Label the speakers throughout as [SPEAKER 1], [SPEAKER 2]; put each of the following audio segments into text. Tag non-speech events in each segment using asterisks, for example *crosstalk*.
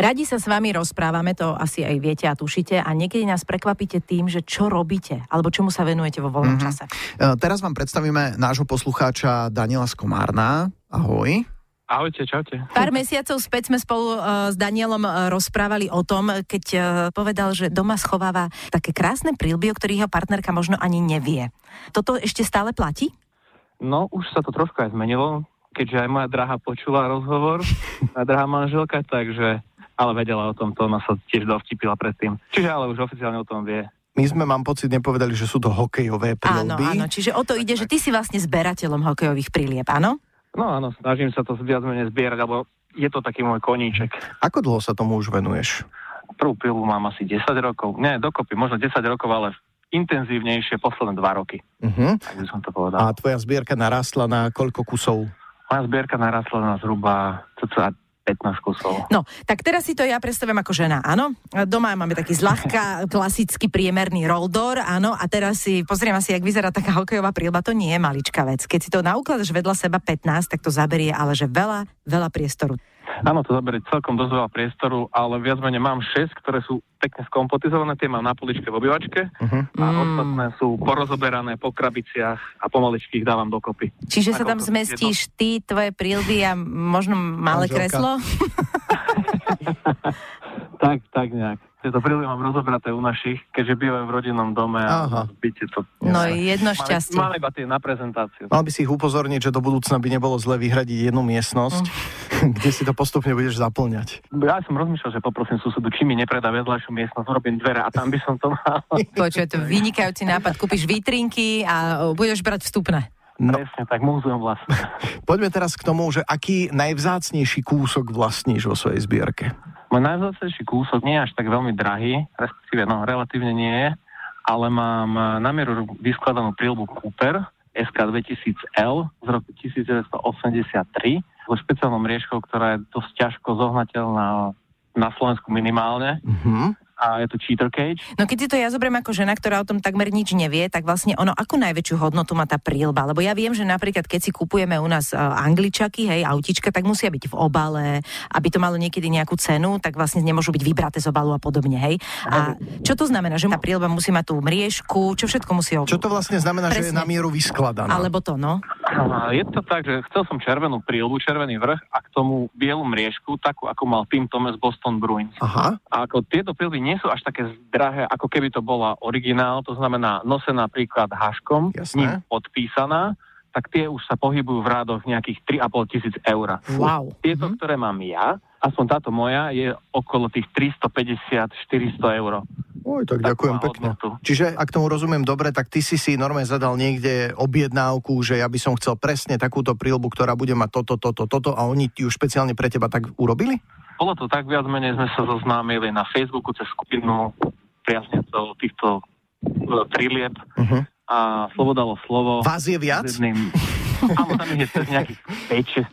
[SPEAKER 1] Radi sa s vami rozprávame, to asi aj viete a tušite, a niekedy nás prekvapíte tým, že čo robíte, alebo čomu sa venujete vo voľnom mm-hmm. čase.
[SPEAKER 2] E, Teraz vám predstavíme nášho poslucháča Daniela Skomárna. Ahoj.
[SPEAKER 3] Ahojte, čaute.
[SPEAKER 1] Pár mesiacov späť sme spolu e, s Danielom e, rozprávali o tom, keď e, povedal, že doma schováva také krásne prílby, o ktorých jeho partnerka možno ani nevie. Toto ešte stále platí?
[SPEAKER 3] No, už sa to trošku aj zmenilo, keďže aj moja drahá počula rozhovor, moja drahá manželka, takže ale vedela o tomto, ona sa tiež dovtipila predtým. Čiže ale už oficiálne o tom vie.
[SPEAKER 4] My sme, mám pocit, nepovedali, že sú to hokejové
[SPEAKER 1] Áno, áno.
[SPEAKER 4] prílby.
[SPEAKER 1] Čiže o to ide, že ty si vlastne zberateľom hokejových prílieb, áno?
[SPEAKER 3] No áno, snažím sa to viac menej zbierať, lebo je to taký môj koníček.
[SPEAKER 4] Ako dlho sa tomu už venuješ?
[SPEAKER 3] Prvú pilu mám asi 10 rokov, nie, dokopy, možno 10 rokov, ale intenzívnejšie posledné 2 roky,
[SPEAKER 4] Uh-huh.
[SPEAKER 3] tak by som to povedal.
[SPEAKER 4] A tvoja zbierka narastla na koľko kusov?
[SPEAKER 3] Moja zbierka narastla na zhruba cca 15 kusov.
[SPEAKER 1] No, tak teraz si to ja predstavím ako žena, áno? E, Doma máme taký zľahka, klasický, priemerný roldor, áno? A teraz si, pozriem asi, jak vyzerá taká hokejová prílba, to nie je maličká vec. Keď si to naukladaš vedľa seba 15, tak to zaberie ale že veľa, veľa priestoru.
[SPEAKER 3] Áno, to zaberie celkom dosť veľa priestoru, ale viac menej mám 6, ktoré sú pekne skompotizované, tie mám na poličke v obývačke
[SPEAKER 4] Uh-huh.
[SPEAKER 3] a ostatné sú porozoberané po krabiciach a pomaličky ich dávam dokopy.
[SPEAKER 1] Čiže sa
[SPEAKER 3] Ako
[SPEAKER 1] tam
[SPEAKER 3] to
[SPEAKER 1] zmestíš ty, tvoje prílby a možno malé
[SPEAKER 4] Manželka.
[SPEAKER 1] kreslo?
[SPEAKER 3] Tak, tak nejak. Tieto prílby mám rozobraté u našich, keďže bývajú v rodinnom dome
[SPEAKER 4] Aha.
[SPEAKER 3] a v byte to...
[SPEAKER 1] No
[SPEAKER 3] Jasné.
[SPEAKER 1] jedno
[SPEAKER 3] Máme-
[SPEAKER 1] šťastie.
[SPEAKER 3] Máme iba tie na prezentáciu.
[SPEAKER 4] Mal by si ich upozorniť, že do budúcna by nebolo zle vyhradiť jednu miestnosť,
[SPEAKER 1] Mm.
[SPEAKER 4] *laughs* kde si to postupne budeš zaplňať.
[SPEAKER 3] Ja som rozmýšľal, že poprosím susedu, či mi nepredá vedľajšiu miestnosť, urobím dvere a tam by som to mal.
[SPEAKER 1] Počuj, to je vynikajúci nápad. Kúpiš vitrinky a o, budeš brať vstupné.
[SPEAKER 4] No.
[SPEAKER 3] Presne, tak múzeum vlastne.
[SPEAKER 4] Poďme teraz k tomu, že aký najvzácnejší kúsok vlastníš vo svojej zbierke.
[SPEAKER 3] Môj najvzácnejší kúsok nie je až tak veľmi drahý, respektíve no, relatívne nie je, ale mám eh, na mieru vyskladanú prílbu Cooper SK 2000L z roku 1983 so špeciálnou rieškou, ktorá je dosť ťažko zohnateľná na Slovensku minimálne
[SPEAKER 4] Uh-huh.
[SPEAKER 3] a je to cheater cage.
[SPEAKER 1] No keď si to ja zoberiem ako žena, ktorá o tom takmer nič nevie, tak vlastne ono, akú najväčšiu hodnotu má tá prílba? Lebo ja viem, že napríklad keď si kupujeme u nás eh, angličaky, hej, autička, tak musia byť v obale, aby to malo niekedy nejakú cenu, tak vlastne nemôžu byť vybraté z obalu a podobne, hej. A čo to znamená, že tá prílba musí mať tú mriežku, čo všetko musí ob...
[SPEAKER 4] Čo to vlastne znamená, že je
[SPEAKER 1] Presne.
[SPEAKER 4] na mieru vyskladaná?
[SPEAKER 1] Alebo to, no.
[SPEAKER 3] A Je to tak, že chcel som červenú prílbu, červený vrch a k tomu bielu mriežku, takú ako mal Tim Thomas Boston Bruins.
[SPEAKER 4] Aha.
[SPEAKER 3] A ako tieto prílby nie sú až také drahé, ako keby to bola originál, to znamená nosená príklad haškom,
[SPEAKER 4] Jasné.
[SPEAKER 3] s ním podpísaná, tak tie už sa pohybujú v rádoch nejakých 3,5 tisíc eur.
[SPEAKER 1] Wow.
[SPEAKER 3] Tieto,
[SPEAKER 4] Mhm.
[SPEAKER 3] ktoré mám ja, aspoň táto moja, je okolo tých 350-400 eur.
[SPEAKER 4] Oj, tak
[SPEAKER 3] Takú
[SPEAKER 4] ďakujem
[SPEAKER 3] má
[SPEAKER 4] pekne.
[SPEAKER 3] hodnotu.
[SPEAKER 4] Čiže, ak tomu rozumiem dobre, tak ty si si normálne zadal niekde objednávku, že ja by som chcel presne takúto prílbu, ktorá bude mať toto, toto, toto a oni ju špeciálne pre teba tak urobili?
[SPEAKER 3] Bolo to tak, viac menej sme sa zoznámili na Facebooku cez skupinu priaznicov týchto e, príliep
[SPEAKER 4] Uh-huh.
[SPEAKER 3] a slovo dalo slovo.
[SPEAKER 4] Vás je viac?
[SPEAKER 3] S jedným- Áno, tam ich je cez nejakých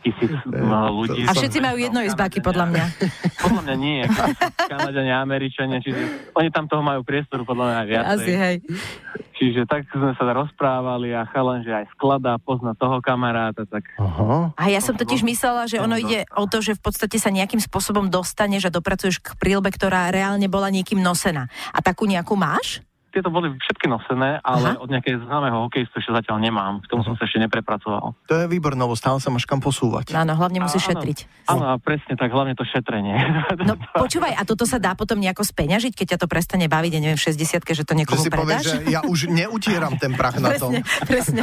[SPEAKER 3] 5-6 tisíc no, ľudí.
[SPEAKER 1] A všetci majú jedno izbáky, podľa mňa.
[SPEAKER 3] Podľa mňa nie. Kanadania, Američania, čiže oni tam toho majú priestoru podľa mňa aj viacej.
[SPEAKER 1] Asi, hej.
[SPEAKER 3] Čiže tak sme sa rozprávali a chalan, že aj skladá, pozná toho kamaráta, tak
[SPEAKER 4] Aha.
[SPEAKER 1] A ja som totiž myslela, že ono
[SPEAKER 3] Áno.
[SPEAKER 1] ide o to, že v podstate sa nejakým spôsobom dostaneš a dopracuješ k prílbe, ktorá reálne bola niekým nosená. A takú nejakú máš?
[SPEAKER 3] tieto boli všetky nosené, ale
[SPEAKER 1] Aha.
[SPEAKER 3] od nejakého známeho hokejistu ešte zatiaľ nemám. K tomu som sa ešte neprepracoval.
[SPEAKER 4] To je výborná, lebo stále sa máš kam posúvať.
[SPEAKER 1] No, Áno, hlavne musíš
[SPEAKER 3] Áno.
[SPEAKER 1] šetriť.
[SPEAKER 3] Áno, a presne tak, hlavne to šetrenie. *laughs*
[SPEAKER 1] No počúvaj, a toto sa dá potom nejako speňažiť, keď ťa to prestane baviť, ja neviem, v 60 že to niekomu
[SPEAKER 4] Že si povieš, že
[SPEAKER 1] predáš?
[SPEAKER 4] ja už neutieram ten prach na tom.
[SPEAKER 1] presne, presne.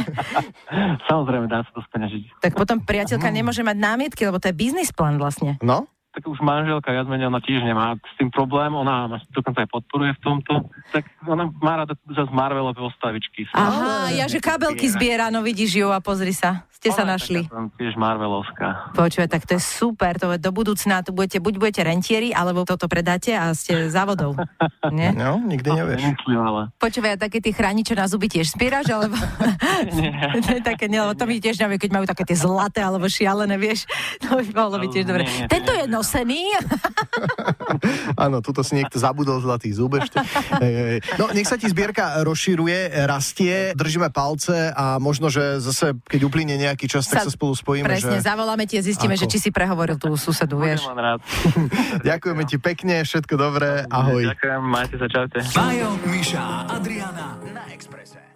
[SPEAKER 3] Samozrejme, dá sa to speňažiť.
[SPEAKER 1] Tak potom
[SPEAKER 3] Mhm.
[SPEAKER 1] priateľka nemôže mať námietky, lebo to je biznis plán vlastne.
[SPEAKER 4] No?
[SPEAKER 3] Tak už manželka viac menej, ona tiež nemá s tým problém, ona ma dokonca aj podporuje v tomto. Tak ona má rada zase Marvelové postavičky.
[SPEAKER 1] Aha, ja že kabelky zbiera, no vidíš ju a pozri sa, ste sa
[SPEAKER 3] Ona je
[SPEAKER 1] našli.
[SPEAKER 3] taká tam Tiež Marvelovská.
[SPEAKER 1] Počuje, tak to je super, to je do budúcna, tu budete, buď budete rentieri, alebo toto predáte a ste závodov.
[SPEAKER 4] *laughs*
[SPEAKER 1] Nie?
[SPEAKER 4] No, nikdy nevieš.
[SPEAKER 3] Myslím, ale...
[SPEAKER 1] Počúvaj, a také tie chrániče na zuby tiež spieraš, alebo... *laughs* to je také, nie, lebo *laughs* to mi tiež nevie, keď majú také tie zlaté alebo šialené, vieš, to by mohlo byť tiež dobre.
[SPEAKER 3] Nie, nie,
[SPEAKER 1] Tento je
[SPEAKER 3] nie, nie,
[SPEAKER 1] skúsený.
[SPEAKER 4] Áno, tuto si niekto zabudol zlatý zub ešte. E, No, nech sa ti zbierka rozširuje, rastie, držíme palce a možno, že zase, keď uplynie nejaký čas, tak sa,
[SPEAKER 1] Sa-
[SPEAKER 4] spolu spojíme.
[SPEAKER 1] Presne,
[SPEAKER 4] že...
[SPEAKER 1] zavoláme ti a zistíme,
[SPEAKER 4] Ako?
[SPEAKER 1] že či si prehovoril tú susedu,
[SPEAKER 3] Budem
[SPEAKER 1] vieš.
[SPEAKER 3] len rád.
[SPEAKER 4] Ďakujeme ti pekne, všetko dobré, ahoj.
[SPEAKER 3] Ďakujem, majte sa, čaute.
[SPEAKER 5] Majo, Miša a Adriana na Exprese.